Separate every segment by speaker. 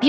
Speaker 1: 美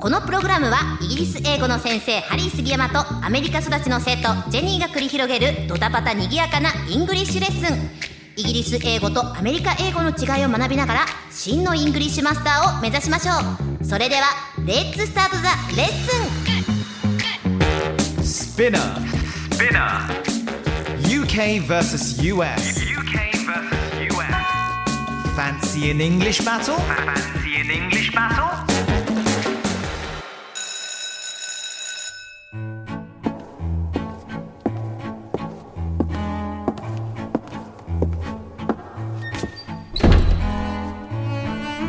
Speaker 2: このプログラムはイギリス英語の先生ハリー杉山とアメリカ育ちの生徒ジェニーが繰り広げるドタパタにぎやかなイングリッシュレッスンイギリス英語とアメリカ英語の違いを学びながら真のイングリッシュマスターを目指しましょうそれではレッツスタートザレッスン
Speaker 3: Spinner.
Speaker 4: Spinner.
Speaker 3: UK versus US.
Speaker 4: UK versus US.
Speaker 3: Fancy an English battle?
Speaker 4: Fancy an English battle?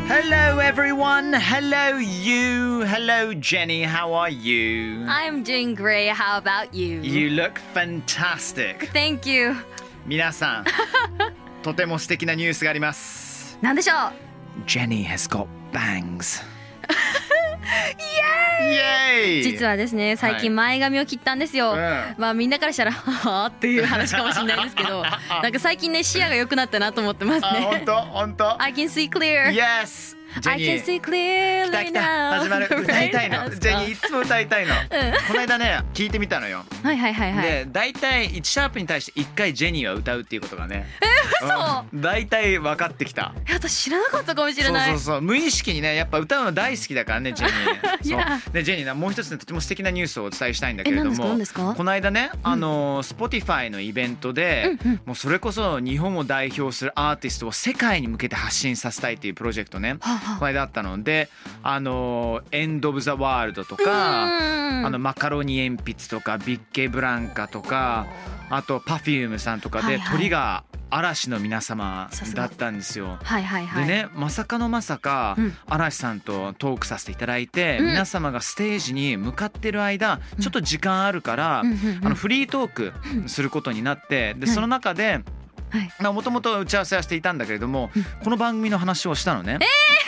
Speaker 3: Hello, everyone. Hello, you. Hello, Jenny. How are you?
Speaker 5: I'm doing great. How about you?
Speaker 3: You look fantastic.
Speaker 5: Thank you.
Speaker 3: 皆 さん、とても素敵なニュースがあります。
Speaker 5: なんでしょう
Speaker 3: Jenny has got bangs. Yay!
Speaker 5: 実はですね、最近前髪を切ったんですよ。
Speaker 3: ええ
Speaker 5: まあみんなからしたら、はぁっていう話かもしれないですけど、なんか最近ね、視野が良くなったなと思ってます
Speaker 3: あ、本
Speaker 5: ね。
Speaker 3: 当本当
Speaker 5: I can see clear.
Speaker 3: Ah, Yes!
Speaker 5: I
Speaker 3: Jenny
Speaker 5: can see clearly
Speaker 3: 来た来た
Speaker 5: now.
Speaker 3: 始 まる
Speaker 5: Right
Speaker 3: 歌いたいの
Speaker 5: now.
Speaker 3: ジェニーいつも歌いたいのこの間ね聞いてみたのよ
Speaker 5: はいはいはいはい。
Speaker 3: で大体1シャープに対して1回ジェニーは歌うっていうことがね
Speaker 5: 嘘
Speaker 3: うん大体分かってきた
Speaker 5: え私知らなかったかもしれない。
Speaker 3: そうそうそう無意識にねやっぱ歌うの大好きだから ねジェニー
Speaker 5: いや
Speaker 3: そうでジェニーなもう一つねとても素敵なニュースをお伝えしたいんだけれども
Speaker 5: え何ですか何ですか
Speaker 3: この間ねあの Spotify のイベントで、もうそれこそ日本を代表するアーティストを世界に向けて発信させたいっていうプロジェクトね、
Speaker 5: はあはあ
Speaker 3: この間あったので「あのエンド・オブ・ザ・ワールド」とか、
Speaker 5: うん
Speaker 3: あのマカロニ鉛筆とかビッケブランカとかあと Perfume さんとかで、
Speaker 5: はいはい
Speaker 3: 鳥が嵐の皆様
Speaker 5: さす
Speaker 3: だ
Speaker 5: が
Speaker 3: ったんですよ。
Speaker 5: はいはいはい。
Speaker 3: でね、まさかのまさか、
Speaker 5: うん
Speaker 3: 嵐さんとトークさせていただいて、
Speaker 5: うん
Speaker 3: 皆様がステージに向かってる間、ちょっと時間あるから、
Speaker 5: うんうんうん
Speaker 3: あのフリートークすることになって、で
Speaker 5: はい
Speaker 3: その中で
Speaker 5: はい
Speaker 3: もともと打ち合わせはしていたんだけれども、この番組の話をしたのね。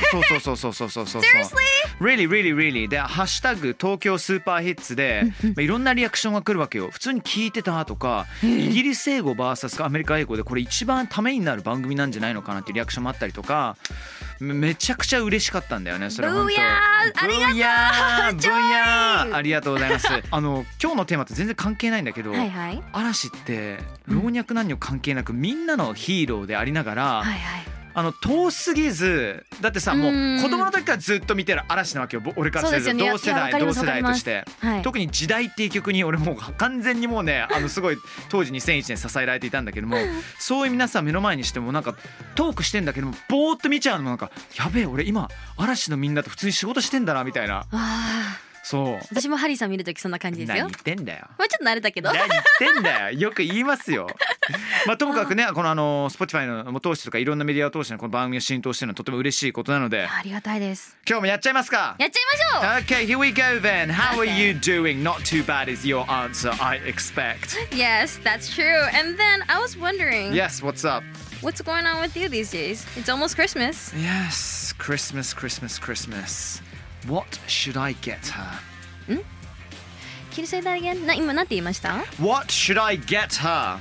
Speaker 3: そうそうそうそうそうそうそう。Really, really, really で「ハッシュタグ東京スーパーヒッツで」まあいろんなリアクションが来るわけよ普通に聞いてたとかイギリス英語 VS アメリカ英語でこれ一番ためになる番組なんじゃないのかなっていうリアクションもあったりとかめめちゃくちゃ嬉しかったんだよねそれ本当
Speaker 5: ブーヤー
Speaker 3: ブーヤー
Speaker 5: ありがとう
Speaker 3: ブーヤーありがとうございますあの今日のテーマと全然関係ないんだけど、
Speaker 5: はいはい。はい
Speaker 3: 嵐って老若男女関係なくみんなのヒーローでありながら、
Speaker 5: はい。
Speaker 3: あの遠すぎずだってさもう
Speaker 5: うん
Speaker 3: 子供の時からずっと見てる嵐なわけよぼ俺からすると
Speaker 5: そうですよね
Speaker 3: 同世
Speaker 5: いや
Speaker 3: 代
Speaker 5: わかり
Speaker 3: 同
Speaker 5: ます
Speaker 3: 世代として。
Speaker 5: はい。
Speaker 3: 特に「時代」っていう曲に俺もう完全にもうねあのすごい当時2001年支えられていたんだけど もそういう皆さん目の前にしてもなんかトークしてんだけどもぼーっと見ちゃうのもなんかやべえ俺今嵐のみんなと普通に仕事してんだなみたいな
Speaker 5: ああ、
Speaker 3: そ
Speaker 5: 私もハリーさん見るときそんな感
Speaker 3: う
Speaker 5: じです
Speaker 3: 何言
Speaker 5: よ
Speaker 3: っ。てんだよ
Speaker 5: まあちょっと慣れたけど。
Speaker 3: 何言ってんだよよく言いますよ。まあ、ともかくねこのあの Spotify の通してとかいろんなメディアを通してのこの番組を浸透してるのはとても嬉しいことなので
Speaker 5: ありがたいです。
Speaker 3: 今日もやっちゃいますか
Speaker 5: やっちゃいまし
Speaker 3: Okay, here we go then. How are you doing? Not too bad is your answer, I expect.
Speaker 5: ょう Yes, that's true. And then I was wondering,
Speaker 3: Yes, what's up?
Speaker 5: what's going on with you these days? It's almost Christmas.
Speaker 3: Yes, Christmas, Christmas, Christmas. What should I get her?
Speaker 5: Can you say that again? な今なんて言いました
Speaker 3: What should I get her?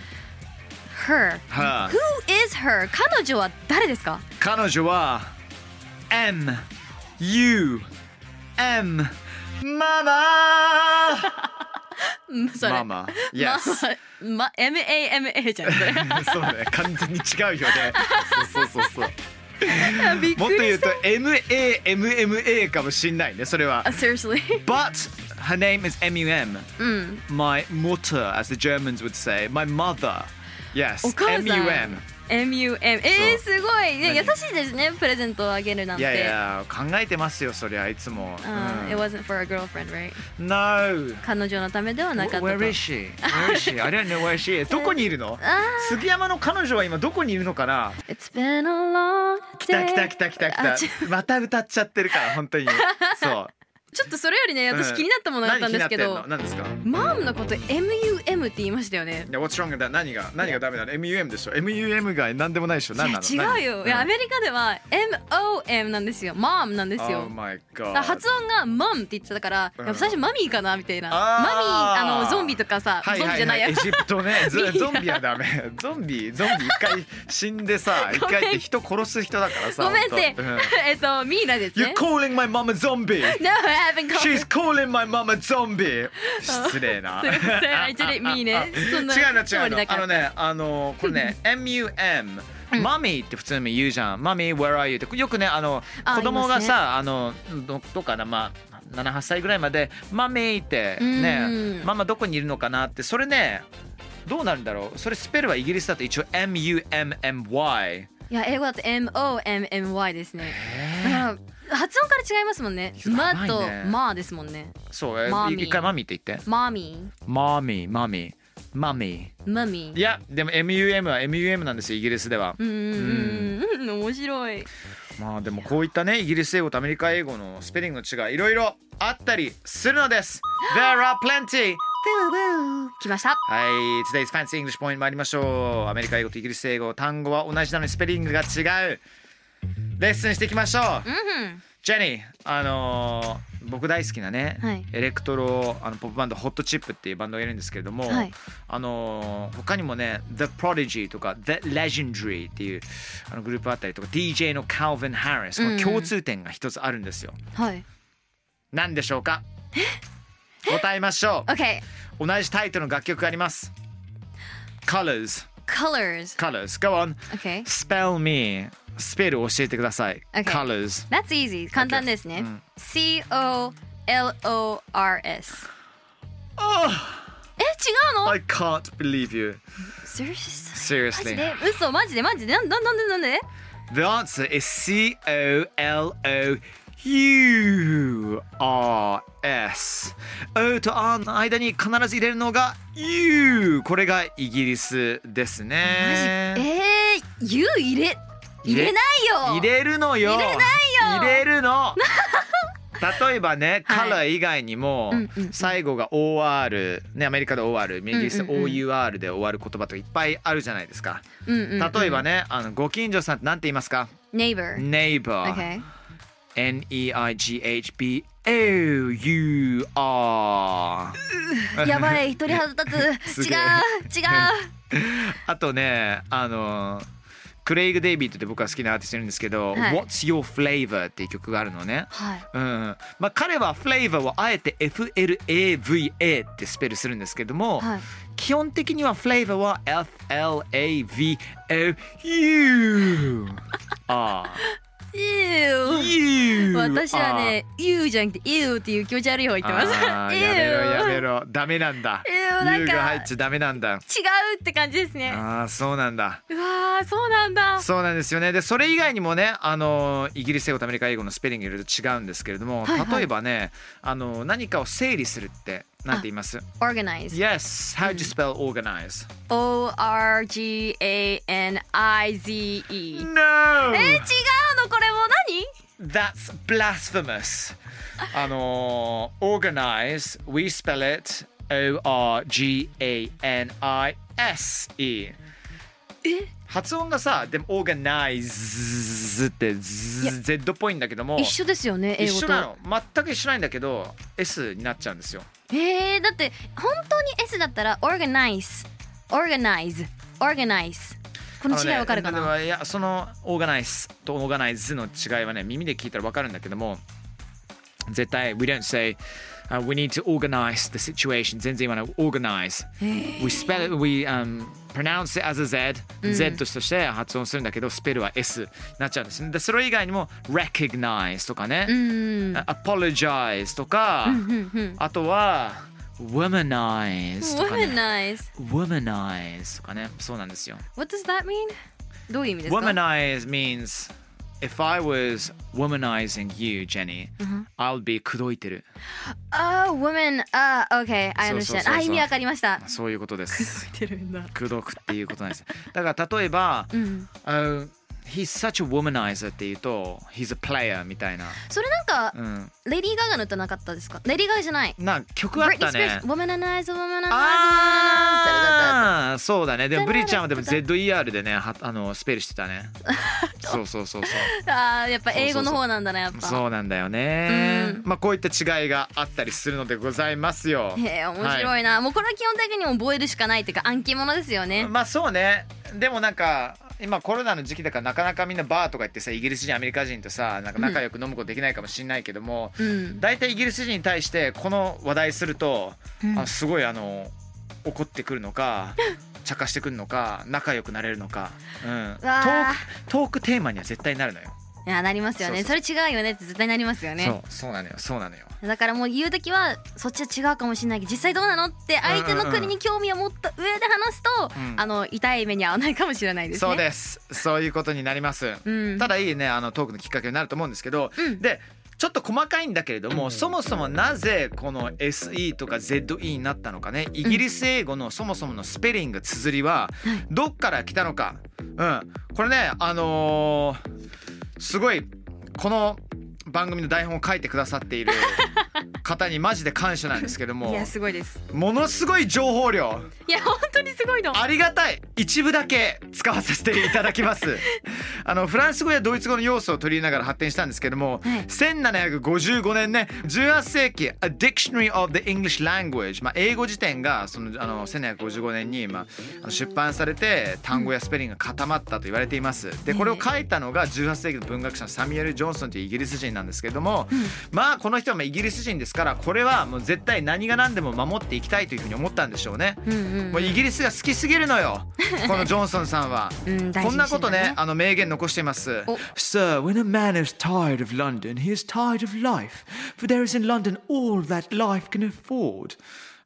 Speaker 5: ?Her.
Speaker 3: Her.
Speaker 5: Who is her? 彼女は誰ですか
Speaker 3: 彼女は M U M ママ
Speaker 5: うんそれ。
Speaker 3: ママ Yes
Speaker 5: ママ ま MAMA じゃんそれ。
Speaker 3: そうね完全に違うよねそうそうそうそう
Speaker 5: びっ
Speaker 3: もっ
Speaker 5: く
Speaker 3: と
Speaker 5: り
Speaker 3: 言う
Speaker 5: した。
Speaker 3: と MAMMA かもしんないねそれは
Speaker 5: あ Seriously?
Speaker 3: But her name is M-U-M. My Mutter, as the Germans would say. My mother. Yes.
Speaker 5: お母さん
Speaker 3: M-U-M.
Speaker 5: MUM。え
Speaker 3: そ
Speaker 5: ー、
Speaker 3: う
Speaker 5: すごい。ね
Speaker 3: 何
Speaker 5: 優しいですね、プレゼントをあげるなん
Speaker 3: い
Speaker 5: て。
Speaker 3: やいや、考えてますよ、そりゃ、いつも。
Speaker 5: あー It wasn't for a girlfriend, right?
Speaker 3: うん No!
Speaker 5: 彼女のためではなかったと。
Speaker 3: Where is she? Where is she? I don't know where she is. どこにいるの杉山の彼女は今どこにいるのかな
Speaker 5: It's been a long
Speaker 3: 来た
Speaker 5: day.
Speaker 3: 来た来た来た
Speaker 5: あち
Speaker 3: 来た。また歌っちゃってるから、本当に。そう。
Speaker 5: ちょっとそれよりね私気になったものだったんですけど、
Speaker 3: 何気になってんの何ですか
Speaker 5: マームのこと MUM って言いましたよね
Speaker 3: いや What's wrong with that 何が何がダメなの ?MUM でしょ ?MUM が何でもないでしょ
Speaker 5: い
Speaker 3: 何なの
Speaker 5: や違うよいやアメリカでは MOM なんですよマームなんですよ
Speaker 3: Oh my
Speaker 5: だ
Speaker 3: god
Speaker 5: から発音がマムって言ってたから、
Speaker 3: うん
Speaker 5: やっぱ最初マミーかなみたいな。
Speaker 3: あー
Speaker 5: マミー、あのゾンビとかさ、
Speaker 3: はい
Speaker 5: ゾンビ
Speaker 3: は
Speaker 5: じ
Speaker 3: い
Speaker 5: ゃな
Speaker 3: はいい
Speaker 5: や
Speaker 3: エ。ジプ トね
Speaker 5: ミ
Speaker 3: ゾ
Speaker 5: ーが
Speaker 3: ゾンビはダメゾンビゾンビ一回死んで さ一回って人殺す人だからさ
Speaker 5: ごめんっ
Speaker 3: 本
Speaker 5: て
Speaker 3: 当うん
Speaker 5: えっとミイラです
Speaker 3: You're
Speaker 5: ね。
Speaker 3: calling my mama zombie
Speaker 5: No, I haven't got.
Speaker 3: She's calling my mama zombie 失礼な
Speaker 5: すいません、一応ミーね。そんな
Speaker 3: 違うの
Speaker 5: つも
Speaker 3: 違う
Speaker 5: り
Speaker 3: の
Speaker 5: だか
Speaker 3: あ
Speaker 5: ら
Speaker 3: のねあのこれね MUM マミーって普通に言うじゃん。マミー、where are you? ってよくね、あの
Speaker 5: あ
Speaker 3: 子供が
Speaker 5: いますね
Speaker 3: さ、あのどどうかな、まあ7、8歳ぐらいまで、マミーってね
Speaker 5: う、ん
Speaker 3: ママどこにいるのかなって、それね、どうなるんだろう。それスペルはイギリスだと一応 MUMMY。
Speaker 5: いや英語だと M O M M Y ですね。だから発音から違いますもんね。
Speaker 3: 知らないね
Speaker 5: マとマーですもんね。
Speaker 3: そう、え
Speaker 5: マミー
Speaker 3: 一回マミーって言って。
Speaker 5: マミ
Speaker 3: マミー、マミー、マミ
Speaker 5: ー、マミ
Speaker 3: ー。
Speaker 5: ー
Speaker 3: い。や、でも MUM は MUM なんですよ、イギリスでは。
Speaker 5: うんうんうんうん面白い。
Speaker 3: まあでもこういったねイギリス英語とアメリカ英語のスペリングの違いいろいろあったりするのです There are plenty!
Speaker 5: 来ました。
Speaker 3: はい、Today's Fancy English Point 参りましょうアメリカ英語とイギリス英語単語は同じなのにスペリングが違うレッスンしていきましょう、
Speaker 5: うん
Speaker 3: ジェニーあのー僕大好きなね、
Speaker 5: はい
Speaker 3: エレクトロあのポップバンドホットチップっていうバンドがいるんですけれども、
Speaker 5: はい
Speaker 3: あのー他にもね The Prodigy とか The Legendary っていうあのグループあったりとか DJ の Calvin Harris この共通点が一つあるんですよ、
Speaker 5: うん。はい。
Speaker 3: 何でしょうか答えましょ
Speaker 5: OK。
Speaker 3: う同じタイトルの楽曲があります Colors
Speaker 5: Colors。
Speaker 3: Colors Go on
Speaker 5: OK。
Speaker 3: Spell me スペル教えてください、
Speaker 5: Okay
Speaker 3: Colors
Speaker 5: That's easy 簡単ですね、C O L O R S え違うの、
Speaker 3: I can't believe you
Speaker 5: Seriously マジ
Speaker 3: Seriously
Speaker 5: で嘘マジでマジでなんなんなんでなんで
Speaker 3: The answer is C O L O U R S。O と R の間に必ず入れるのが U。これがイギリスです
Speaker 5: マジ
Speaker 3: ね。
Speaker 5: えー、U 入れ入れないよ
Speaker 3: 入れるのよ。
Speaker 5: 入れないよ
Speaker 3: 入れる の。例えばね、カラー以外にも
Speaker 5: うんうんうん
Speaker 3: 最後が OR ねアメリカで OR イギリスで
Speaker 5: うんうんうん
Speaker 3: OUR で終わる言葉とかいっぱいあるじゃないですか
Speaker 5: うんうんうん
Speaker 3: 例えばねあのご近所さんって何て言いますか
Speaker 5: Neighbor
Speaker 3: Neighbor
Speaker 5: OK
Speaker 3: N E I G H B O U R。
Speaker 5: やばい一人肌立つ
Speaker 3: す
Speaker 5: 違
Speaker 3: げえ
Speaker 5: う違う
Speaker 3: あとね、あのクレイグ・デイビッドって僕は好きなアーティストいるんですけど、
Speaker 5: はい
Speaker 3: What's Your Flavor っていう曲があるのね。
Speaker 5: はい
Speaker 3: うんまあ、彼はフレーバーをあえて FLAVA ってスペルするんですけども、
Speaker 5: はい
Speaker 3: 基本的にはフレーバーは FLAVOU ああ
Speaker 5: Ew
Speaker 3: U
Speaker 5: 私はね U じゃなくて U っていう気持ち悪い方言ってます
Speaker 3: あー
Speaker 5: Ew
Speaker 3: やめろやめろダメなん だ
Speaker 5: Ew なんか
Speaker 3: U が入っちゃダメなんだ
Speaker 5: 違うって感じですね
Speaker 3: ああそうなんだ
Speaker 5: うわーそうなんだ
Speaker 3: そうなんですよねでそれ以外にもねあのイギリス英語とアメリカ英語のスペリングいろいろ違うんですけれども、
Speaker 5: はいはい
Speaker 3: 例えばねあの何かを整理するってなんて言います
Speaker 5: Organize
Speaker 3: Yes how do you spell organize
Speaker 5: O R G A N I Z E。
Speaker 3: No
Speaker 5: えー、違うのこれも
Speaker 3: That's blasphemous あの organize we spell it O-R-G-A-N-I-S-E
Speaker 5: え
Speaker 3: 発音がさでも organize って
Speaker 5: いや
Speaker 3: Z っぽいんだけども
Speaker 5: 何？一緒ですよね英
Speaker 3: 一
Speaker 5: 語
Speaker 3: 緒
Speaker 5: と。
Speaker 3: なの全く一緒なんだけど S になっちゃうんですよ
Speaker 5: えー、だって本当に S だったら organize、organize、organize。この違いわかるか
Speaker 3: あの
Speaker 5: な？
Speaker 3: ねでもいやそのオーガナイズとオーガナイズの違いはね耳で聞いたらわかるんだけども絶対 We don't say、uh, We need to organize the situation 全然言わない Organize We spell it We、um, pronounce it as a Z、Z として発音するんだけどスペルは S になっちゃうんですねでそれ以外にも Recognize とかね、
Speaker 5: うん。
Speaker 3: Apologize とか、
Speaker 5: うんうん。
Speaker 3: あとは Womanize とかね
Speaker 5: Womanize。
Speaker 3: womanize とかねそうなんですよ
Speaker 5: What does that mean？どういう意味ですか
Speaker 3: womanize means if I was womanizing you Jenny、I'll be 口説いてる
Speaker 5: あー、woman。あー、okay。I
Speaker 3: そうそうそうそう
Speaker 5: understand。あー、意味わかりました。
Speaker 3: そういうことです
Speaker 5: てるんだ。
Speaker 3: 口説くっていうことなんですだから例えば、
Speaker 5: うん。
Speaker 3: あの he's such a womanizer っていうと he's a player みたいな、
Speaker 5: それなんか
Speaker 3: うん、
Speaker 5: レディー・ガガの歌なかったですかレディー・ガガじゃない
Speaker 3: な曲あったね
Speaker 5: ブリー・スピアーズ「Womanize Womanize Womanize」
Speaker 3: ああそうだねでもブリちゃんはでも ZER でねはあのスペルしてたねそうそうそうそう
Speaker 5: あーやっぱ英語の方なんだなやっぱ
Speaker 3: そうなんだよね、
Speaker 5: うん
Speaker 3: まあこういった違いがあったりするのでございますよ
Speaker 5: へえ面白いな、もうこれは基本的に覚えるしかないっていうか暗記物ですよね
Speaker 3: まあそうねでもなんか今コロナの時期だからなかなかみんなバーとか行ってさイギリス人アメリカ人とさなんか仲良く飲むことできないかもしれないけども、
Speaker 5: うん
Speaker 3: 大体イギリス人に対してこの話題すると、
Speaker 5: うん
Speaker 3: あすごいあの怒ってくるの か茶化してくるのか仲良くなれるのか、うん、ト
Speaker 5: わ
Speaker 3: ー
Speaker 5: あ
Speaker 3: クトークテーマには絶対なるのよ、
Speaker 5: いやなりますよね
Speaker 3: そ
Speaker 5: それ違うよねって絶対なりますよね
Speaker 3: そうそうなのよそうなのよ
Speaker 5: だからもう言う時はそっちは違うかもしれないけど実際どうなのって相手の国に興味を持った上で話すと、
Speaker 3: うん
Speaker 5: あの痛い目に遭わないかもしれないですね。
Speaker 3: そうですそういうことになります、
Speaker 5: うん、
Speaker 3: ただいいねあのトークのきっかけになると思うんですけど、
Speaker 5: うん
Speaker 3: でちょっと細かいんだけれどもそもそもなぜこの SE とか ZE になったのかねイギリス英語のそもそものスペリング綴りはどっから来たのか、うん、これねあのーすごいこの番組の台本を書いてくださっている方にマジで感謝なんですけど
Speaker 5: い
Speaker 3: も
Speaker 5: やすごいです。
Speaker 3: ものすごい情報量
Speaker 5: いや本当にすごいの。
Speaker 3: ありがたい一部だけ使わさせていただきます あのフランス語やドイツ語の要素を取り入れながら発展したんですけども、
Speaker 5: はい
Speaker 3: 1755年ね18世紀 A Dictionary of the English Language、まあ、英語辞典がそのあの1755年に、まああの、出版されて単語やスペリングが固まったと言われていますでこれを書いたのが18世紀の文学者のサミュエル・ジョンソンというイギリス人なんですけども、まあこの人はまあイギリス人ですからこれはもう絶対何が何でも守っていきたいというふうに思ったんでしょうね。
Speaker 5: うんうん
Speaker 3: もうイギリスが好きすぎるの よこのジョンソンさんは、
Speaker 5: うん大事にしてるんだね
Speaker 3: こんなことねあの名言残しています
Speaker 5: お
Speaker 3: Sir, when a man is tired of London, he is tired of life For there is in London all that life can afford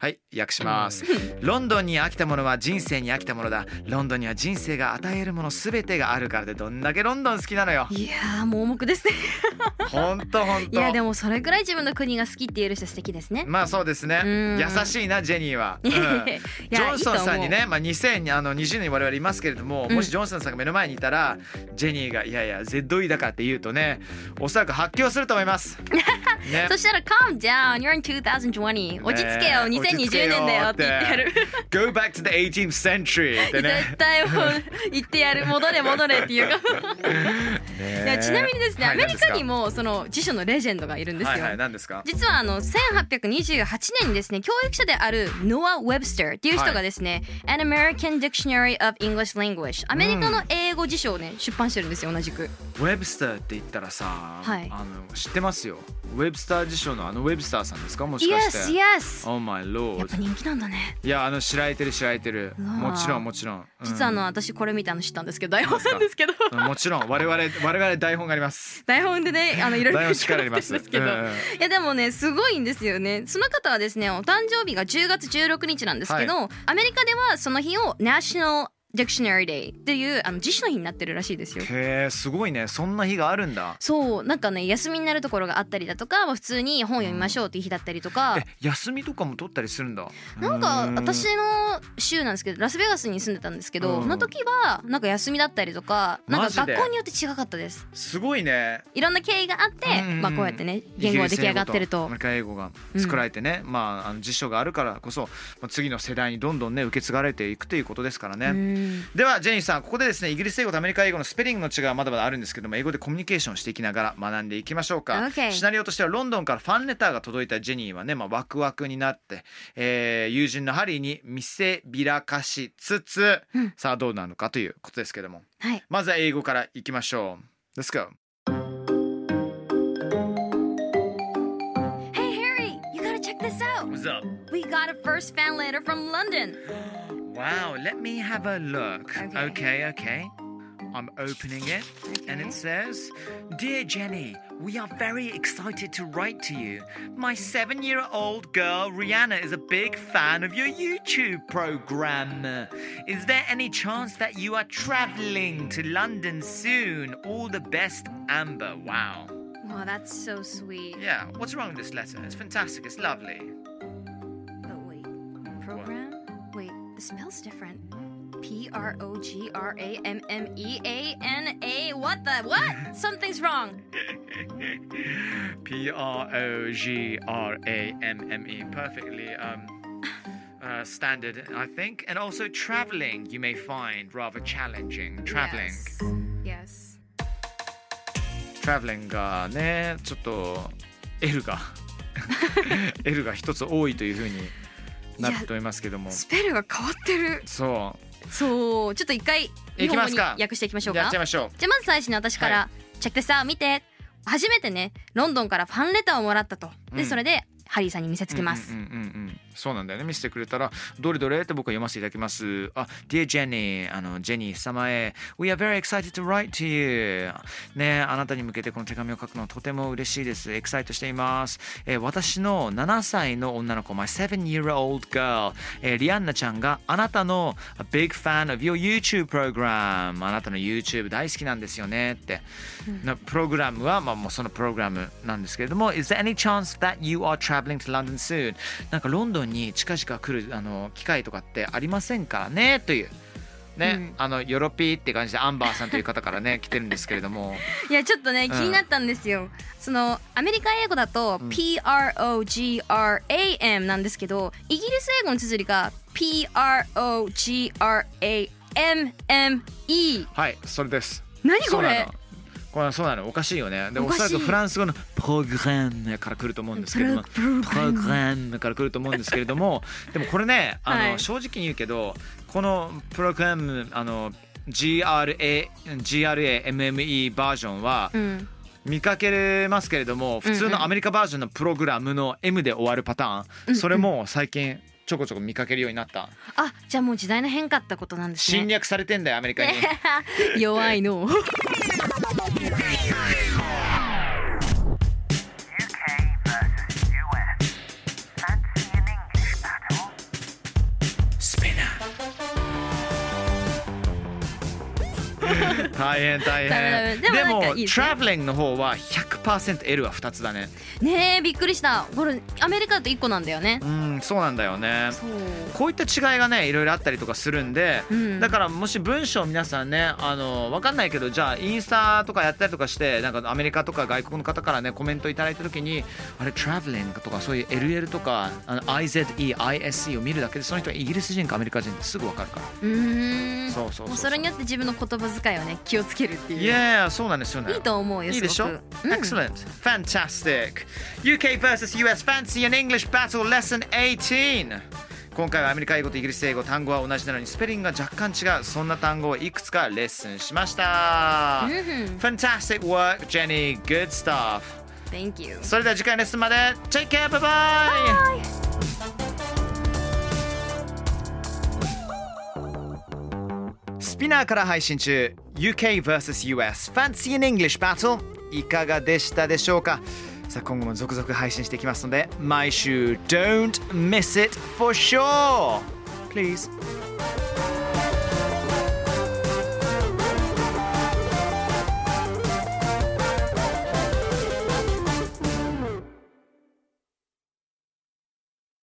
Speaker 3: はい訳しますロンドンに飽きたものは人生に飽きたものだロンドンには人生が与えるものすべてがあるからでどんだけロンドン好きなのよ
Speaker 5: いやーもう重くですね。
Speaker 3: ほんとほん
Speaker 5: い
Speaker 3: と
Speaker 5: やでもそれくらい自分の国が好きって言える人素敵ですね。
Speaker 3: まあそうですね
Speaker 5: うん
Speaker 3: 優しいなジェニーは、うん
Speaker 5: いや
Speaker 3: ジョンソンさんに
Speaker 5: いい
Speaker 3: ね、まあ、2020年に我々いますけれども、
Speaker 5: うん
Speaker 3: もしジョンソンさんが目の前にいたらジェニーが「いやいや ZE だから」って言うとねおそらく発狂すると思い ます。ね
Speaker 5: そしたら「Calm down, you're in 2020」落ち着けよ
Speaker 3: ね
Speaker 5: 2020年だよって言ってやる。
Speaker 3: 「Go back to the 18th century」って
Speaker 5: 絶
Speaker 3: ね。
Speaker 5: 対もう言ってやる戻れ戻れっていうかいやちなみにですね、
Speaker 3: はい
Speaker 5: アメリカに
Speaker 3: 何
Speaker 5: もその辞書のレジェンドがいるんですよ、
Speaker 3: はいはい何ですか
Speaker 5: 実はあの1828年にですね教育者であるノア・ウェブスターっていう人がですね、An American Dictionary of English Language アメリカの英語辞書をね出版してるんですよ同じく
Speaker 3: ウェブスターって言ったらさ、
Speaker 5: はい
Speaker 3: あの知ってますよウェブスター辞書のあのウェブスターさんですかもしかして
Speaker 5: Yes Yes
Speaker 3: Oh my
Speaker 5: やっ
Speaker 3: lord
Speaker 5: ぱ人気なんだね
Speaker 3: いやあの知られてる知られてる
Speaker 5: うわ
Speaker 3: もちろんもちろん、うん
Speaker 5: 実はあの私これ見たの知ったんですけど台本なんですけど
Speaker 3: もちろん我々我々台本があります
Speaker 5: 台本でねあのいろいろ
Speaker 3: 台本しっかりあります
Speaker 5: 書いてるんですけどいやでもねすごいんですよねその方はですねお誕生日が10月16日なんですけど、アメリカではその日を National Dictionary Day っていうあの辞書の日になってるらしいですよ
Speaker 3: へえすごいねそんな日があるんだ
Speaker 5: そうなんかね休みになるところがあったりだとかまあ普通に本読みましょうっていう日だったりとか
Speaker 3: え、休みとかも取ったりするんだ
Speaker 5: なんか
Speaker 3: うー
Speaker 5: 私の州なんですけどラスベガスに住んでたんですけど、
Speaker 3: うん
Speaker 5: の時はなんか休みだったりとかなん
Speaker 3: マ
Speaker 5: か
Speaker 3: ジで
Speaker 5: 学校によって違かったです
Speaker 3: すごいね
Speaker 5: いろんな経緯があって、
Speaker 3: うんうん
Speaker 5: まあこうやってね言語が出来上がってる
Speaker 3: イ
Speaker 5: と
Speaker 3: ギリス英語アメリカ英語が作られてね、まああの辞書があるからこそ、まあ、次の世代にどんどんね受け継がれていくということですからね、
Speaker 5: うん
Speaker 3: ではジェニーさんここでですねイギリス英語とアメリカ英語のスペリングの違いはまだまだあるんですけども英語でコミュニケーションしていきながら学んでいきましょうか、
Speaker 5: Okay
Speaker 3: シナリオとしてはロンドンからファンレターが届いたジェニーはね、まあ、ワクワクになって、えー友人のハリーに見せびらかしつつ、
Speaker 5: うん
Speaker 3: さあどうなるのかということですけども
Speaker 5: はい
Speaker 3: まずは英語からいきましょう Let's go
Speaker 5: Hey Harry, you gotta check this out.
Speaker 3: What's up?
Speaker 5: We got a first fan letter from London.
Speaker 3: Wow, let me have a look.
Speaker 5: Okay.
Speaker 3: okay. okay. I'm opening it and
Speaker 5: Okay.
Speaker 3: it says Dear Jenny, we are very excited to write to you. My seven year old girl Rihanna is a big fan of your YouTube program. Is there any chance that you are traveling to London soon? All the best, Amber. Wow.
Speaker 5: Wow, that's so sweet.
Speaker 3: Yeah, what's wrong with this letter? It's fantastic, it's lovely.
Speaker 5: But wait, program? Wait, the smell's different. P-R-O-G-R-A-M-M-E-A-N-A What the what? Something's wrong
Speaker 3: P-R-O-G-R-A-M-M-E. Perfectly um, uh, standard, I think. And also traveling, you may find rather challenging. Traveling.
Speaker 5: Yes, yes.
Speaker 3: トラベリンがねちょっと L が L が一つ多いというふうになっておりますけども
Speaker 5: スペルが変わってる
Speaker 3: そ
Speaker 5: そうちょっと一回
Speaker 3: い
Speaker 5: 日
Speaker 3: き
Speaker 5: 本語
Speaker 3: ます
Speaker 5: に
Speaker 3: か
Speaker 5: 訳していきましょ
Speaker 3: う
Speaker 5: うか
Speaker 3: やっちゃいましょう
Speaker 5: じゃあまず最初に私から、
Speaker 3: は
Speaker 5: チェックさ見て初めてねロンドンからファンレターをもらったとで、
Speaker 3: うん
Speaker 5: それでハリーさんに見せつけます、
Speaker 3: うんうんうんうんそうなんだよね見せてくれたらどれどれって僕は読ませていただきますあ Dear Jenny あのジェニー様へ We are very excited to write to you ねあなたに向けてこの手紙を書くのはとても嬉しいですエクサイトしています、えー私の7歳の女の子 My 7 year old girl、えーリアンナちゃんがあなたの A big fan of your YouTube program あなたの YouTube 大好きなんですよねってなプログラムは、まあ、もうそのプログラムなんですけれども、Is there any chance that you are traveling to London soon? なんかロンドンに近々来るあの機会とかってありませんからねという。ね、あのヨロピーって感じでアンバーさんという方からね来てるんですけれども
Speaker 5: いやちょっとね
Speaker 3: ん
Speaker 5: 気になったんですよ、そのアメリカ英語だと PROGRAM なんですけどイギリス英語の綴りが PROGRAMME
Speaker 3: はいそれです
Speaker 5: 何
Speaker 3: そ
Speaker 5: こ
Speaker 3: うな
Speaker 5: れ
Speaker 3: のこれはそうなのおかしいよねで
Speaker 5: お
Speaker 3: お
Speaker 5: かしい
Speaker 3: そらくフランス語のプログラムから来ると思うんですけれども
Speaker 5: プロ
Speaker 3: プログラムから来ると思うんですけれども でもこれねあの、
Speaker 5: はい
Speaker 3: 正直に言うけどこのプログラムあの GRA GRAMME バージョンは
Speaker 5: うん
Speaker 3: 見かけますけれども普通のアメリカバージョンのプログラムの M で終わるパターン、それも最近ちょこちょこ見かけるようになった
Speaker 5: あじゃあもう時代の変化ってことなんです
Speaker 3: 侵
Speaker 5: ね
Speaker 3: 略されてんだよアメリ カに
Speaker 5: 弱い の
Speaker 4: UK versus US. Fancy an English battle?
Speaker 3: スピナー大変大変
Speaker 5: ダメダメでもなんかいいですね
Speaker 3: トラベリングの方は 100%L は2つだね
Speaker 5: ねえびっくりしたこれアメリカだと1個なんだよね
Speaker 3: うんそうなんだよね
Speaker 5: そう
Speaker 3: こういった違いがねいろいろあったりとかするんで、
Speaker 5: うん
Speaker 3: だからもし文章皆さんねあのわかんないけどじゃあインスタとかやったりとかしてなんかアメリカとか外国の方からねコメントいただいた時にあれトラベリングとかそういう LL とかあの IZEISE を見るだけでその人はイギリス人かアメリカ人ってすぐわかるから、
Speaker 5: うーん
Speaker 3: そうそうそうそう
Speaker 5: もうそれによって自分の言葉遣いをね気をつけるっていう
Speaker 3: いやそうなんですよね
Speaker 5: いいと思うよ
Speaker 3: いい
Speaker 5: す
Speaker 3: で
Speaker 5: ご
Speaker 3: しょ、
Speaker 5: く
Speaker 3: Excellent Fantastic UK vs US Fancy and English Battle Lesson 18今回はアメリカ英語とイギリス英語単語は同じなのにスペリングが若干違うそんな単語をいくつかレッスンしました
Speaker 5: うん
Speaker 3: Fantastic work Jenny Good stuff
Speaker 5: Thank you
Speaker 3: それでは次回のレッスンまで Take care bye bye bye スピナーから配信中 UK vs.US Fancy in English Battle いかがでしたでしょうかさあ今後も続々配信していきますので毎週 Don't miss it for sure Please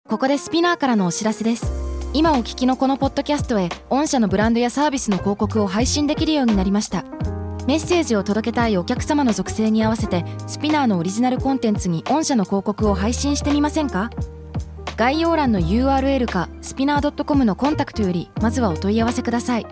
Speaker 6: ここでスピナーからのお知らせです今お聞きのこのポッドキャストへ御社のブランドやサービスの広告を配信できるようになりましたメッセージを届けたいお客様の属性に合わせてスピナーのオリジナルコンテンツに御社の広告を配信してみませんか概要欄の URL かスピナー .com のコンタクトよりまずはお問い合わせください